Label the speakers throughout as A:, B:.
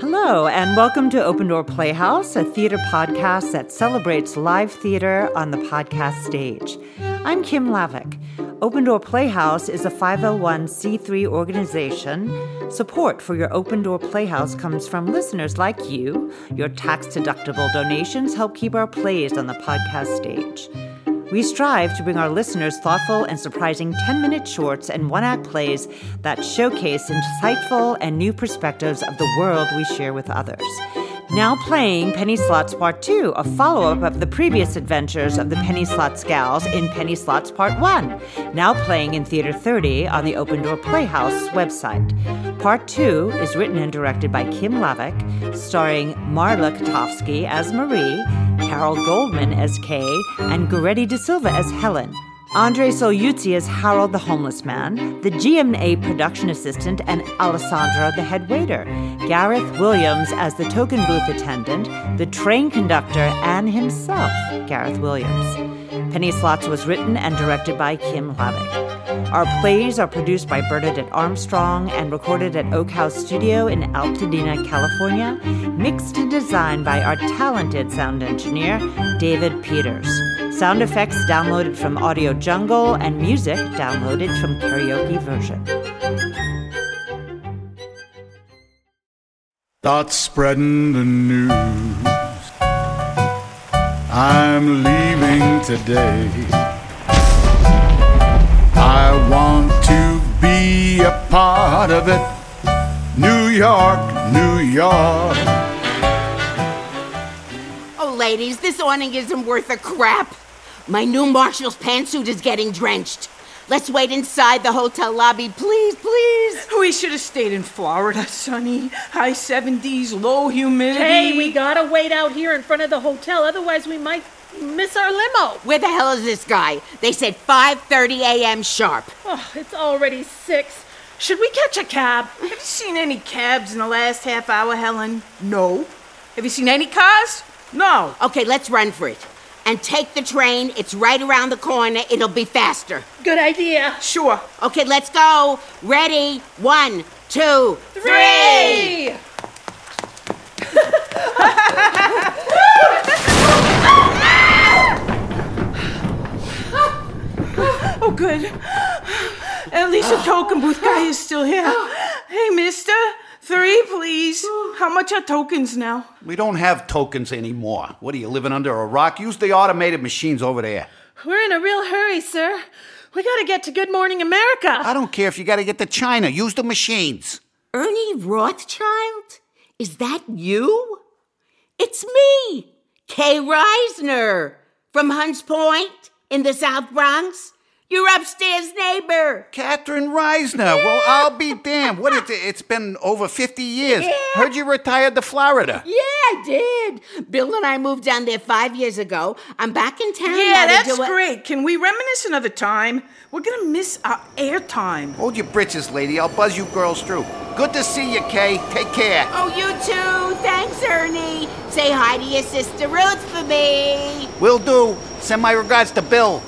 A: Hello, and welcome to Open Door Playhouse, a theater podcast that celebrates live theater on the podcast stage. I'm Kim Lavick. Open Door Playhouse is a 501c3 organization. Support for your Open Door Playhouse comes from listeners like you. Your tax deductible donations help keep our plays on the podcast stage. We strive to bring our listeners thoughtful and surprising 10 minute shorts and one act plays that showcase insightful and new perspectives of the world we share with others. Now playing Penny Slots Part 2, a follow up of the previous adventures of the Penny Slots Gals in Penny Slots Part 1, now playing in Theater 30 on the Open Door Playhouse website. Part 2 is written and directed by Kim Lavick, starring Marla Katofsky as Marie Carol Goldman as Kay, and Goretti De Silva as Helen. Andre Solyuzzi as Harold the Homeless Man, the GMA production assistant and Alessandra the head waiter, Gareth Williams as the token booth attendant, the train conductor, and himself, Gareth Williams. Penny Slots was written and directed by Kim Lavick. Our plays are produced by Bernadette Armstrong and recorded at Oak House Studio in Altadena, California, mixed and designed by our talented sound engineer, David Peters. Sound effects downloaded from Audio Jungle and music downloaded from Karaoke Version.
B: Start spreading the news. I'm leaving today. I want to be a part of it. New York, New York.
C: Oh, ladies, this awning isn't worth a crap. My new Marshall's pantsuit is getting drenched. Let's wait inside the hotel lobby, please, please.
D: We should have stayed in Florida, Sonny. High 70s, low humidity.
E: Hey, we gotta wait out here in front of the hotel, otherwise we might miss our limo.
C: Where the hell is this guy? They said 5:30 a.m. sharp.
E: Oh, it's already six. Should we catch a cab?
D: Have you seen any cabs in the last half hour, Helen? No. Have you seen any cars? No.
C: Okay, let's run for it. And take the train. It's right around the corner. It'll be faster.
E: Good idea.
D: Sure.
C: Okay, let's go. Ready? One, two, three.
E: Three.
D: Oh, good. At least the token booth guy is still here. Hey, mister. Three, please. How much are tokens now?
B: We don't have tokens anymore. What are you living under a rock? Use the automated machines over there.
E: We're in a real hurry, sir. We gotta get to Good Morning America.
B: I don't care if you gotta get to China. Use the machines.
C: Ernie Rothschild? Is that you? It's me, Kay Reisner, from Hunts Point in the South Bronx. Your upstairs neighbor.
B: Catherine Reisner. Well, I'll be damned. What it, it's been over 50 years. Heard you retired to Florida.
C: Yeah, I did. Bill and I moved down there five years ago. I'm back in town. now
D: Yeah,
C: to
D: that's
C: do a-
D: great. Can we reminisce another time? We're gonna miss our airtime.
B: Hold your britches, lady. I'll buzz you girls through. Good to see you, Kay. Take care.
C: Oh, you too. Thanks, Ernie. Say hi to your sister Ruth for me.
B: Will do. Send my regards to Bill.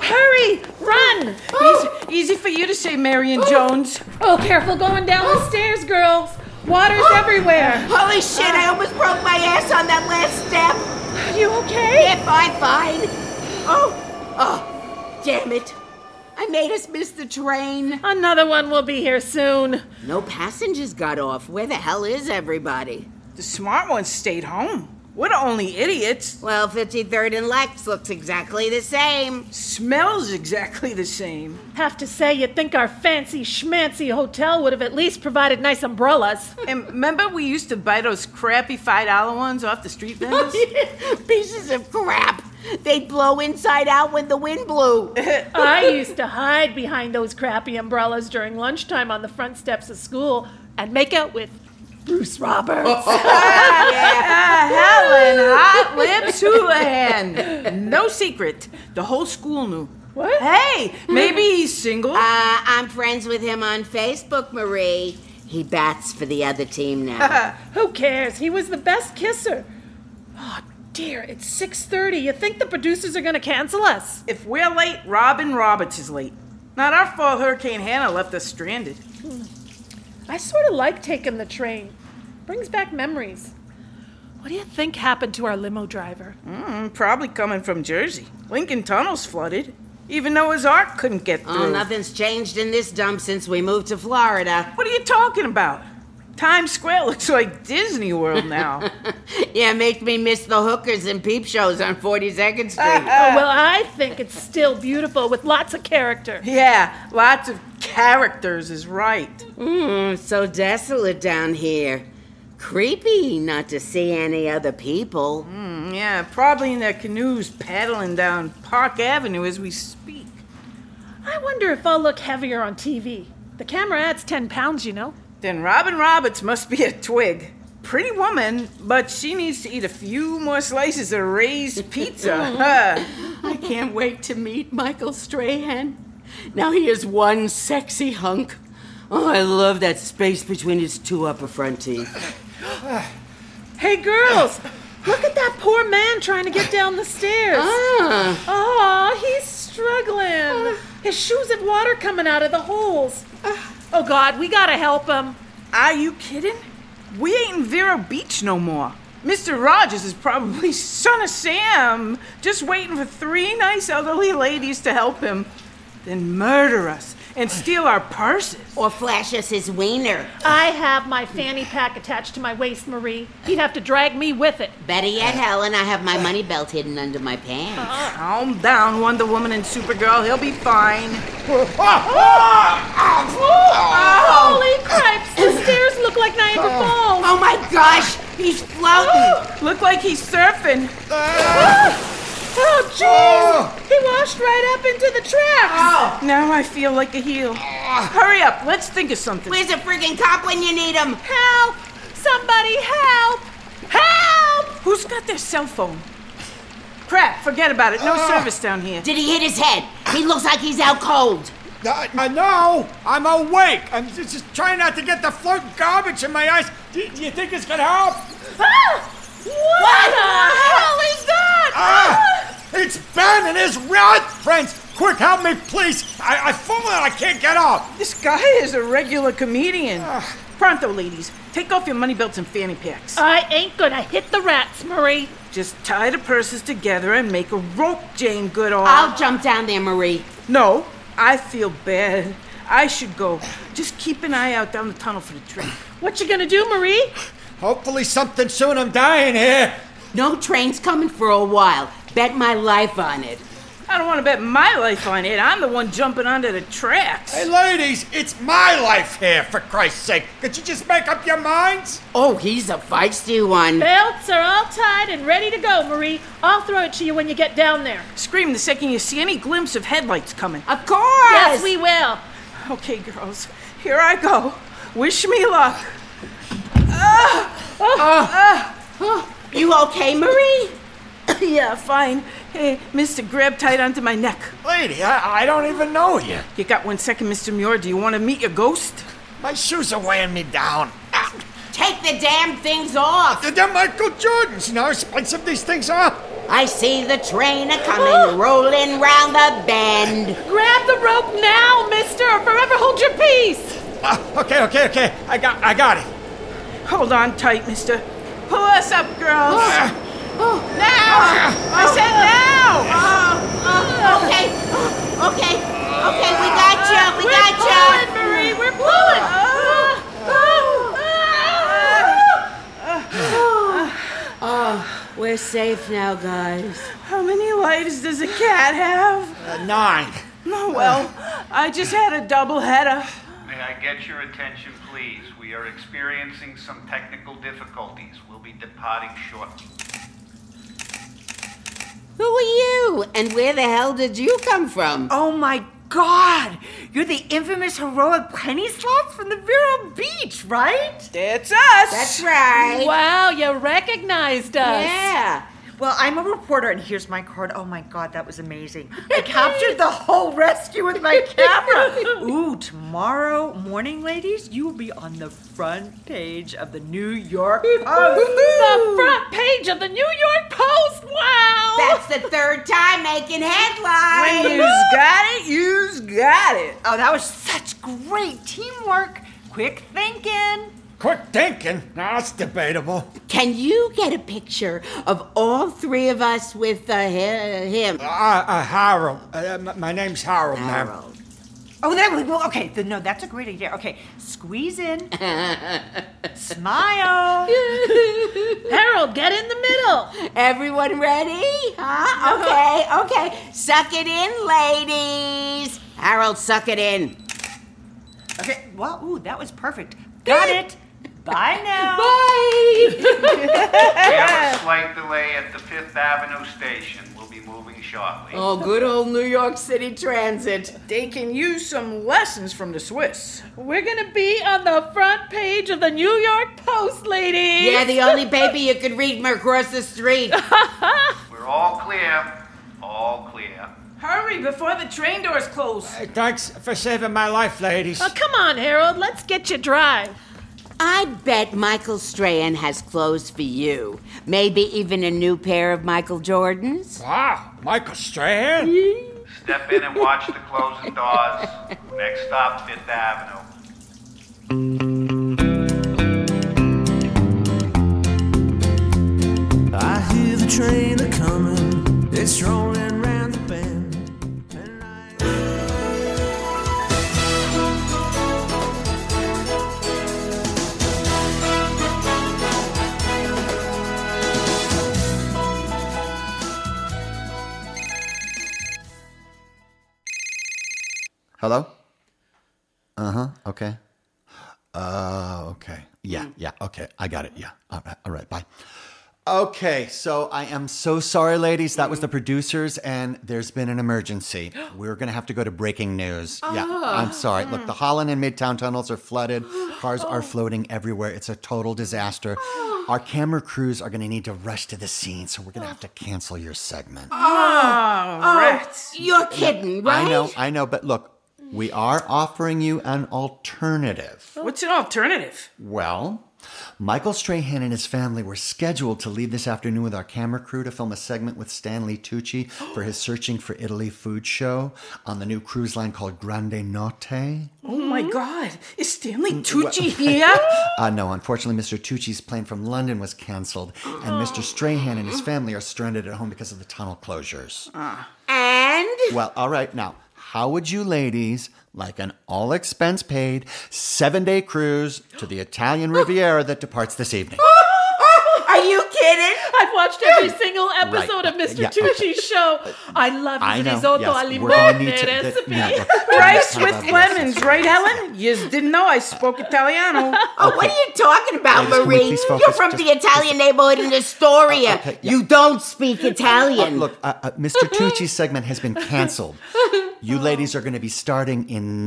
E: Hurry, run.
D: Easy, easy for you to say, Marion Jones.
E: Oh, careful going down the stairs, girls. Water's everywhere.
C: Holy shit, I almost broke my ass on that last step.
E: Are you okay?
C: If I fine. Oh, oh, damn it. I made us miss the train.
E: Another one will be here soon.
C: No passengers got off. Where the hell is everybody?
D: The smart ones stayed home. We're the only idiots.
C: Well, 53rd and Lex looks exactly the same.
D: Smells exactly the same.
E: Have to say, you'd think our fancy schmancy hotel would have at least provided nice umbrellas.
D: And remember, we used to buy those crappy five dollar ones off the street vendors.
C: Oh, Pieces of crap. They'd blow inside out when the wind blew.
E: I used to hide behind those crappy umbrellas during lunchtime on the front steps of school and make out with Bruce Roberts.
D: Ah, Helen, hot lips, Houlihan. No secret. The whole school knew.
E: What?
D: Hey, maybe he's single.
C: Hmm. Uh, I'm friends with him on Facebook, Marie. He bats for the other team now.
E: Who cares? He was the best kisser. Oh dear, it's 6:30. You think the producers are going to cancel us?
D: if we're late, Robin Roberts is late. Not our fault Hurricane Hannah left us stranded.
E: I sort of like taking the train. Brings back memories. What do you think happened to our limo driver?
D: Mm, probably coming from Jersey. Lincoln Tunnel's flooded. Even Noah's Ark couldn't get through.
C: Oh, nothing's changed in this dump since we moved to Florida.
D: What are you talking about? Times Square looks like Disney World now.
C: Yeah, make me miss the hookers and peep shows on 42nd Street.
E: Oh, well, I think it's still beautiful with lots of character.
D: yeah, lots of characters is right.
C: Mm, it's so desolate down here. Creepy not to see any other people.
E: Hmm.
D: Yeah, probably in their canoes paddling down Park Avenue as we speak.
E: I wonder if I'll look heavier on TV. The camera adds 10 pounds, you know.
D: Then Robin Roberts must be a twig. Pretty woman, but she needs to eat a few more slices of raised pizza. huh?
C: I can't wait to meet Michael Strahan. Now he is one sexy hunk. Oh, I love that space between his two upper front teeth.
E: Hey, girls! Look at that poor man trying to get down the stairs.
C: Ah,
E: Aw, he's struggling. His shoes have water coming out of the holes.
C: Ah.
E: Oh, God, we gotta help him.
D: Are you kidding? We ain't in Vero Beach no more. Mr. Rogers is probably son of Sam, just waiting for three nice elderly ladies to help him, then murder us and steal our purses.
C: or flash us his wiener.
E: I have my fanny pack attached to my waist, Marie. He'd have to drag me with it.
C: Better yet, Helen, I have my money belt hidden under my pants.
E: Uh-uh.
D: Calm down, Wonder Woman and Supergirl. He'll be fine.
E: Holy cripes! The stairs look like Niagara Falls.
C: Oh my gosh, he's floating.
D: Look like he's surfing.
E: Oh, jeez! He washed right up into the tracks.
D: Now I feel like a heel. Hurry up, let's think of something.
C: Where's a freaking cop when you need him?
E: Help! Somebody help! Help!
D: Who's got their cell phone? Crap, forget about it. No service down here.
C: Did he hit his head? He looks like he's out cold.
B: I, I know. I'm awake. I'm just, just trying not to get the floating garbage in my eyes. Do, do you think it's gonna help?
E: Ah! What, the hell is that?
B: Ah! It's Ben and his rat friends. Quick, help me, please. I, I've fallen. I can't get up.
D: This guy is a regular comedian. Ah. Pronto, ladies. Take off your money belts and fanny packs.
E: I ain't gonna hit the rats, Marie.
D: Just tie the purses together and make a rope, Jane Goodall.
C: I'll jump down there, Marie.
D: No, I feel bad. I should go. Just keep an eye out down the tunnel for the train.
E: What you gonna do, Marie?
B: Hopefully, something soon. I'm dying here.
C: No train's coming for a while. Bet my life on it.
D: I don't want to bet my life on it. I'm the one jumping onto the tracks.
B: Hey, ladies, it's my life here, for Christ's sake. Could you just make up your minds?
C: Oh, he's a feisty one.
E: Belts are all tied and ready to go, Marie. I'll throw it to you when you get down there.
D: Scream the second you see any glimpse of headlights coming.
C: Of course.
E: Yes, we will.
D: Okay, girls, here I go. Wish me luck.
C: You okay, Marie?
D: yeah, fine. Hey, mister, grab tight onto my neck.
B: Lady, I, I don't even know you.
D: You got one second, Mr. Muir. Do you want to meet your ghost?
B: My shoes are weighing me down. Ow.
C: Take the damn things off.
B: They're Michael Jordan's. Now I spice up these things up.
C: I see the train a coming, rolling round the bend.
E: Grab the rope now, mister, or forever hold your peace.
B: Ah, okay, okay, okay. I got, I got it.
D: Hold on tight, mister. Pull us up, girls.
B: Ah.
D: Now! I said now!
C: Okay, okay, okay. We got you. We
E: We're
C: got
E: pulling,
C: you.
E: Marie. We're pulling.
D: Ah!
C: We're safe now, guys.
D: How many lives does a cat have?
B: Uh, nine.
D: Oh, well, I just had a double header.
F: May I get your attention, please? We are experiencing some technical difficulties. We'll be departing shortly.
C: Who are you? And where the hell did you come from?
A: Oh my god! You're the infamous heroic penny slots from the Vero Beach, right?
D: That's us.
C: That's right.
E: Wow, you recognized us.
C: Yeah.
A: Well, I'm a reporter, and here's my card. Oh my God, that was amazing. I captured the whole rescue with my camera. Ooh, tomorrow morning, ladies, you will be on the front page of the New York
E: The
A: Post.
E: front page of the New York Post. Wow.
C: That's the third time making
D: When
C: headlines.
D: you's got it, you's got it.
A: Oh, that was such great teamwork. Quick thinking.
G: Quick thinking? That's debatable.
C: Can you get a picture of all three of us with uh, hi- him?
G: Uh, uh, Harold. Uh, m- my name's Harold, ma'am.
C: Harold.
A: Oh, that was well. Okay, th- no, that's a great idea. Okay, squeeze in, smile.
E: Harold, get in the middle.
C: Everyone ready? Huh? Okay, okay. Suck it in, ladies. Harold, suck it in.
A: Okay, well, ooh, that was perfect. Got it. Bye now.
F: We have a slight delay at the Fifth Avenue station. We'll be moving shortly.
C: Oh, good old New York City Transit.
D: They can use some lessons from the Swiss.
E: We're gonna be on the front page of the New York Post, ladies.
C: Yeah, the only paper you could read from across the street.
F: We're all clear. All clear.
D: Hurry before the train doors close.
G: Uh, Thanks for saving my life, ladies.
E: Oh, come on, Harold. Let's get you dry.
C: I bet Michael Strahan has clothes for you. Maybe even a new pair of Michael Jordans.
G: Wow, Ah, Michael Strahan?
F: Step in and watch the closing doors. Next stop, Fifth Avenue.
H: I hear the train a coming, it's rolling round the bend. And I-
I: Hello? Uh huh. Okay. Uh, okay. Yeah, yeah. Okay. I got it. Yeah. All right. All right. Bye. Okay. So I am so sorry, ladies. That was the producers, and there's been an emergency. We're going to have to go to breaking news. Yeah. I'm sorry. Look, the Holland and Midtown tunnels are flooded. Cars are floating everywhere. It's a total disaster. Our camera crews are going to need to rush to the scene, so we're going to have to cancel your segment.
D: Rats.
C: Oh, You're kidding, right?
I: I know, I know, but look, we are offering you an alternative.
D: What's an alternative?
I: Well, Michael Strahan and his family were scheduled to leave this afternoon with our camera crew to film a segment with Stanley Tucci for his Searching for Italy food show on the new cruise line called Grande Notte.
D: Oh my
E: Hmm?
D: God. Is Stanley
I: Mm,
D: Tucci here?
I: Uh, no, unfortunately, Mr. Tucci's plane from London was canceled, and Mr. Strahan and his family are stranded at home because of the tunnel closures.
C: And
I: Well, all right, now, how would you ladies like an all expense paid seven day cruise to the Italian Riviera that departs this evening?
C: Oh, are you kidding?
E: I've watched every single episode of Mr.
I: Yeah,
E: Tucci's
I: okay. Uh,
E: show. I love
I: I
E: his
I: know.
E: risotto
I: yes,
E: al
I: we're
E: limone
I: gonna need to. that-
E: recipe.
I: yeah, look,
D: Rice
I: I
D: with
I: love this.
D: lemons, right, Helen? Yes, didn't know I spoke Italiano.
C: Oh, what are you talking about,
I: Ladies, can we
C: Marie?
I: please
C: You're
I: focus?
C: from
I: Just-
C: the Italian neighborhood in Astoria.
I: Uh, okay, yeah.
C: You don't speak
I: Uh,
C: Italian.
I: look, uh, uh, Mr. Tucci's segment has been canceled. You ladies are going to be starting in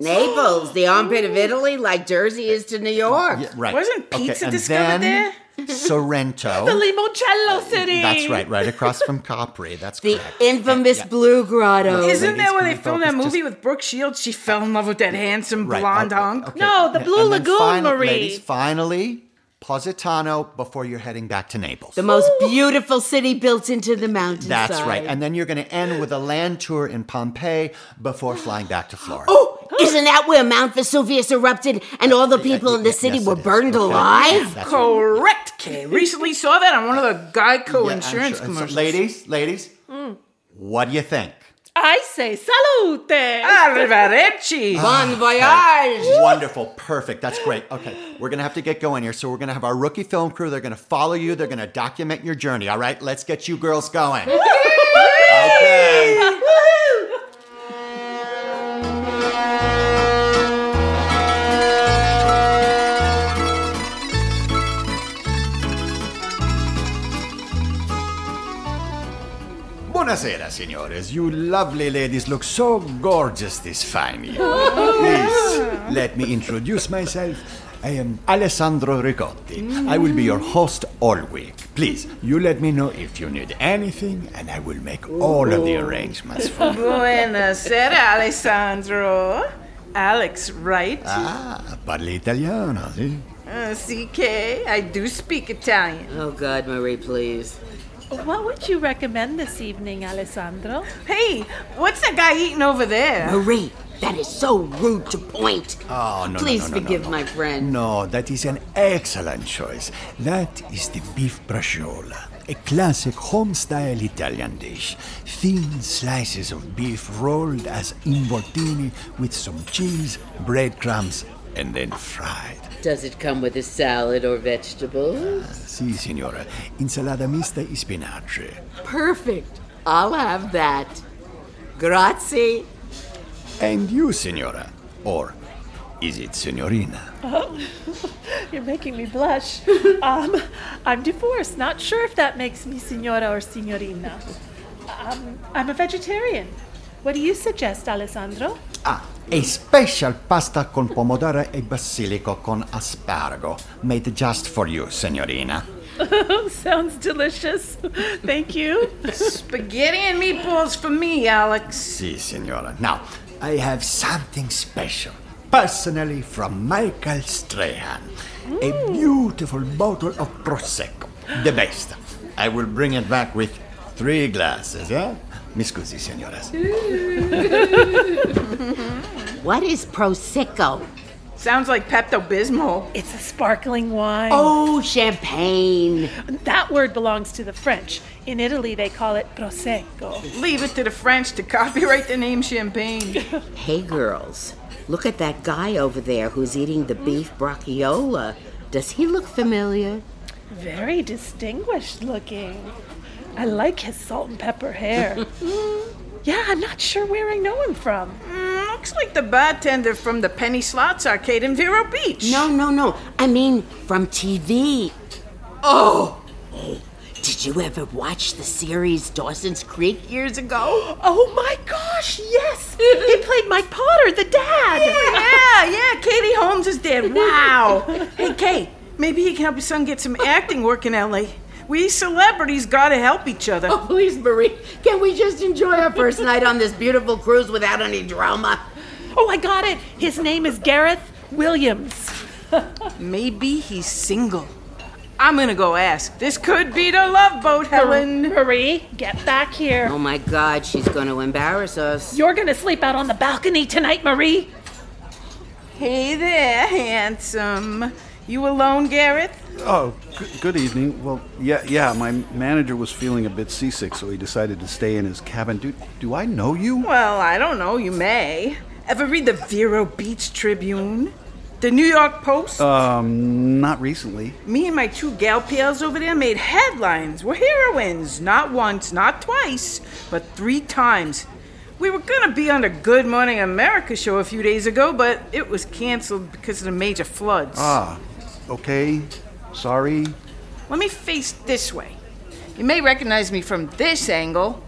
C: Naples, the armpit of Italy, like Jersey is to New York.
I: Yeah, right.
D: Wasn't pizza
I: and
D: discovered
I: then Sorrento.
E: The limoncello city.
I: That's right, right across from Capri. That's
C: The
I: correct.
C: infamous Blue Grotto.
D: Isn't
I: ladies,
D: that where
I: can
D: they
I: we
D: filmed that
I: focus?
D: movie with Brooke Shields? She fell in love with that handsome
I: Right,
D: blonde
I: okay,
D: hunk.
I: okay.
E: No, the
I: Yeah,
E: Blue
I: and then
E: Lagoon,
I: final-
E: Marie.
I: Ladies, finally, Positano before you're heading back to Naples.
C: The most beautiful city built into the mountains.
I: That's right. And then you're going to end with a land tour in Pompeii before flying back to Florida.
C: Isn't that where Mount Vesuvius erupted and all the people in the
I: Yes,
C: city
I: it
C: were
I: is.
C: burned
I: Okay.
C: alive?
I: That's right.
D: Correct, Kay. Recently saw that on one of the Geico
I: Yeah, I'm
D: insurance
I: sure. And so,
D: commercials.
I: Ladies, ladies,
E: Mm.
I: what do you think?
E: I say salute.
I: Ah,
D: Arrivederci.
C: Bon voyage!
I: Wonderful, perfect. That's great. Okay, we're gonna have to get going here. So we're gonna have our rookie film crew. They're gonna follow you. They're gonna document your journey. All right, let's get you girls going. okay. Buonasera, signores. You lovely ladies look so gorgeous this fine evening. Please, let me introduce myself. I am Alessandro Ricotti. I will be your host all week. Please, you let me know if you need anything, and I will make all of the arrangements for you.
D: Buonasera, Alessandro. Alex, right?
I: Ah, parli italiano, si?
D: Uh, CK, I do speak Italian.
C: Oh, God, Marie, please.
E: What would you recommend this evening, Alessandro?
D: Hey, what's that guy eating over there?
C: Marie, that is so rude to point.
I: Oh, no, no,
C: Please
I: no, no, no,
C: forgive
I: no.
C: my friend.
I: No, that is an excellent choice. That is the beef braciola, a classic home-style Italian dish. Thin slices of beef rolled as involtini with some cheese, breadcrumbs, and then fried.
C: Does it come with a salad or vegetables?
I: Si, signora, insalada mista e spinaci.
C: Perfect. I'll have that. Grazie.
I: And you, signora, or is it signorina?
E: Oh. You're making me blush. um, I'm divorced. Not sure if that makes me signora or signorina. Um, I'm a vegetarian. What do you suggest, Alessandro?
I: Ah, a special pasta con pomodoro e basilico con asparago, made just for you, signorina.
E: Sounds delicious. Thank you.
D: Spaghetti and meatballs for me, Alex.
I: Si, signora. Now, I have something special, personally from Michael Strahan. A beautiful bottle of Prosecco, the best. I will bring it back with three glasses, eh? Mi scusi, signoras.
C: What is Prosecco?
D: Sounds like Pepto Bismol.
E: It's a sparkling wine.
C: Oh, champagne.
E: That word belongs to the French. In Italy, they call it prosecco.
D: Leave it to the French to copyright the name champagne.
C: Hey, girls. Look at that guy over there who's eating the beef bracchiola. Does he look familiar?
E: Very distinguished looking. I like his salt and pepper hair. Mm-hmm. yeah, I'm not sure where I know him from.
D: Mm, looks like the bartender from the Penny Slots Arcade in Vero Beach.
C: No, no, no. I mean, from TV. Oh! Hey, did you ever watch the series Dawson's Creek years ago?
E: Oh my gosh, yes! he played Mike Potter, the dad!
D: Yeah, yeah, Katie Holmes is dead. Wow. hey, Kate, maybe he can help your son get some acting work in LA. We celebrities gotta help each other.
C: Oh, please, Marie. Can we just enjoy our first night on this beautiful cruise without any drama?
E: Oh, I got it! His name is Gareth Williams.
D: Maybe he's single. I'm gonna go ask. This could be the love boat, Helen.
E: Marie, get back here.
C: Oh my God, she's going to embarrass us.
E: You're gonna sleep out on the balcony tonight, Marie.
D: Hey there, handsome. You alone, Gareth?
J: Oh, good, good evening. Well, yeah, yeah. My manager was feeling a bit seasick, so he decided to stay in his cabin. Do do I know you?
D: Well, I don't know. You may. Ever read the Vero Beach Tribune? The New York Post?
J: Um, not recently.
D: Me and my two gal pals over there made headlines. We're heroines. Not once, not twice, but three times. We were gonna be on the Good Morning America show a few days ago, but it was canceled because of the major floods.
J: Ah, okay. Sorry.
D: Let me face this way. You may recognize me from this angle,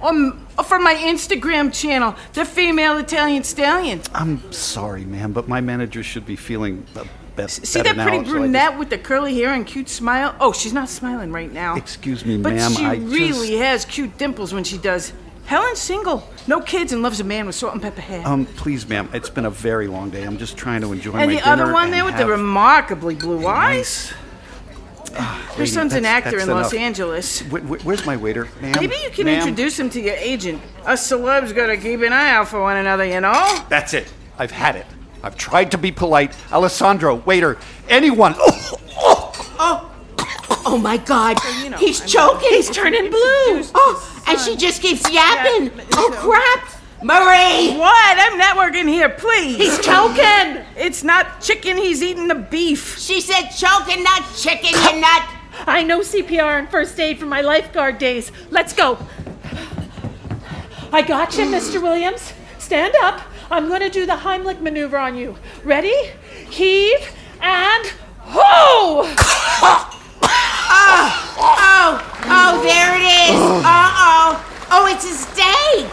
D: or, m- or from my Instagram channel, The Female Italian Stallion.
J: I'm sorry, ma'am, but my manager should be feeling a bit
D: See
J: better
D: that pretty
J: now, so I
D: brunette
J: just-
D: with the curly hair and cute smile? Oh, she's not smiling right now.
J: Excuse me,
D: but
J: ma'am,
D: she
J: I
D: really
J: just-
D: has cute dimples when she does. Helen's single, no kids, and loves a man with salt and pepper hair.
J: um, please, ma'am. It's been a very long day. I'm just trying to enjoy
D: and
J: my
D: the other
J: dinner
D: one there
J: and
D: with the
J: have
D: remarkably blue
J: a
D: eyes.
J: nice- Ah,
D: Her
J: lady,
D: son's an
J: that's-
D: actor in
J: that's
D: Los
J: enough.
D: Angeles.
J: Wh- wh- where's my waiter, ma'am?
D: Maybe you can
J: Ma'am?
D: introduce him to your agent. Us celebs gotta keep an eye out for one another, you know?
J: That's it. I've had it. I've tried to be polite. Alessandro, waiter, anyone. Oh, oh.
C: Oh my God.
D: you know,
C: He's
D: I mean,
C: choking.
D: He's turning blue.
C: Oh, and she just keeps yapping.
D: Yeah,
C: oh,
D: so-
C: crap. Marie!
D: What? I'm networking here, please.
C: He's choking.
D: It's not chicken, he's eating the beef.
C: She said choking, not chicken, you nut.
E: I know CPR and first aid from my lifeguard days. Let's go. I got you, Mr. Williams. Stand up. I'm going to do the Heimlich maneuver on you. Ready? Heave and ho!
C: Oh, oh, there it is. Uh oh. Oh, it's a steak.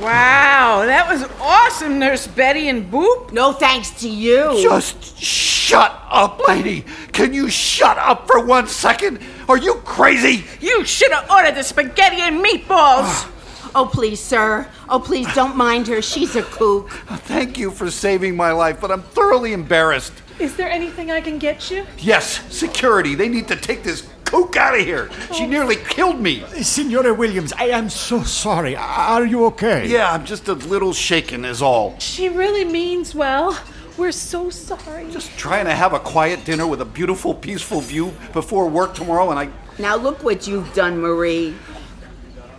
D: Wow, that was awesome, Nurse Betty and Boop.
C: No thanks to you.
J: Just shh.
B: Shut up, lady! Can you shut up for one second? Are you crazy?
D: You should have ordered the spaghetti and meatballs.
C: oh, please, sir. Oh, please don't mind her. She's a kook.
B: Thank you for saving my life, but I'm thoroughly embarrassed.
E: Is there anything I can get you?
B: Yes, security. They need to take this kook out of here.
D: Oh.
B: She nearly killed me.
I: Senora Williams, I am so sorry. Are you okay?
B: Yeah, I'm just a little shaken, is all.
E: She really means well. We're so sorry.
B: Trying to have a quiet dinner with a beautiful, peaceful view before work tomorrow, and I
C: Now look what you've done, Marie.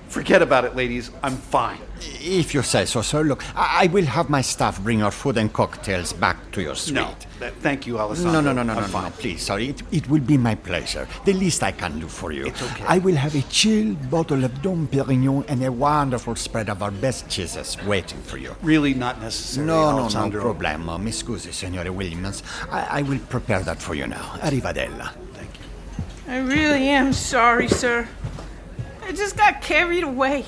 B: forget about it, ladies. I'm fine.
I: If you say so, sir. Look, I I will have my staff bring your food and cocktails back to your suite.
B: No, th- thank you, Alessandro.
I: No, no, no, no,
B: I'm
I: no, no,
B: fine.
I: no, please, sorry. It, it will be my pleasure. The least I can do for you. It's okay. I will have a chilled bottle of Dom Perignon and a wonderful spread of our best cheeses waiting for you.
B: Really not necessary.
I: No, no, no
B: Alessandro.
I: problemo. Mi scusi, Signore Williams. I, I will prepare that for you now. Arrivadella.
D: I really am sorry, sir. I just got carried away.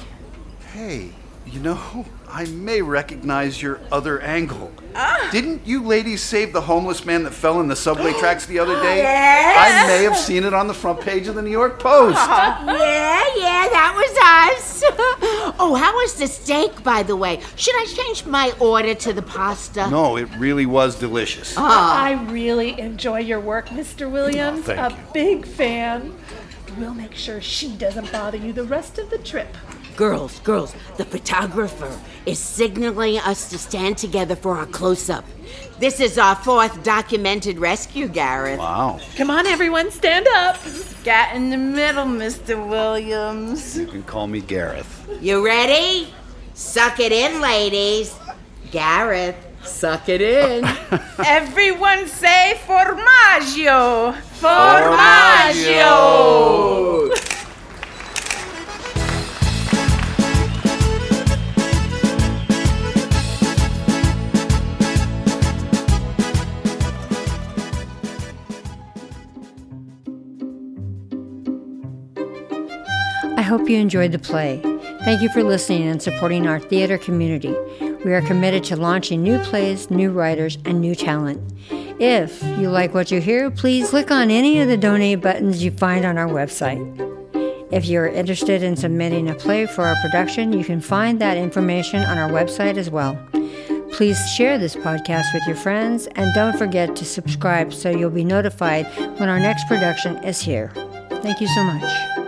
J: Hey, you know, I may recognize your other angle. Didn't you ladies save the homeless man that fell in the subway tracks the other day? I may have seen it on the front page of the New York Post.
C: Yeah, yeah, that was us. oh, how was the steak, by the way? Should I change my order to the pasta?
J: No, it really was delicious.
E: I really enjoy your work, Mr. Williams.
J: Ah. Oh, thank
E: a
J: you.
E: big fan. We'll make sure she doesn't bother you the rest of the trip.
C: Girls, girls, the photographer is signaling us to stand together for our close up. This is our fourth documented rescue, Gareth.
J: Wow,
E: Come on, everyone, stand up.
D: Got in the middle, Mr. Williams.
J: you can call me Gareth.
C: You ready? Suck it in, ladies. Gareth, suck it in.
D: Everyone say formaggio. Formaggio.
F: I hope you enjoyed the play. Thank you for listening and supporting our theater community. We are committed to launching new plays, new writers, and new talent. If you like what you hear, please click on any of the donate buttons you find on our website. If you're interested in submitting a play for our production, you can find that information on our website as well. Please share this podcast with your friends and don't forget to subscribe so you'll be notified when our next production is here. Thank you so much.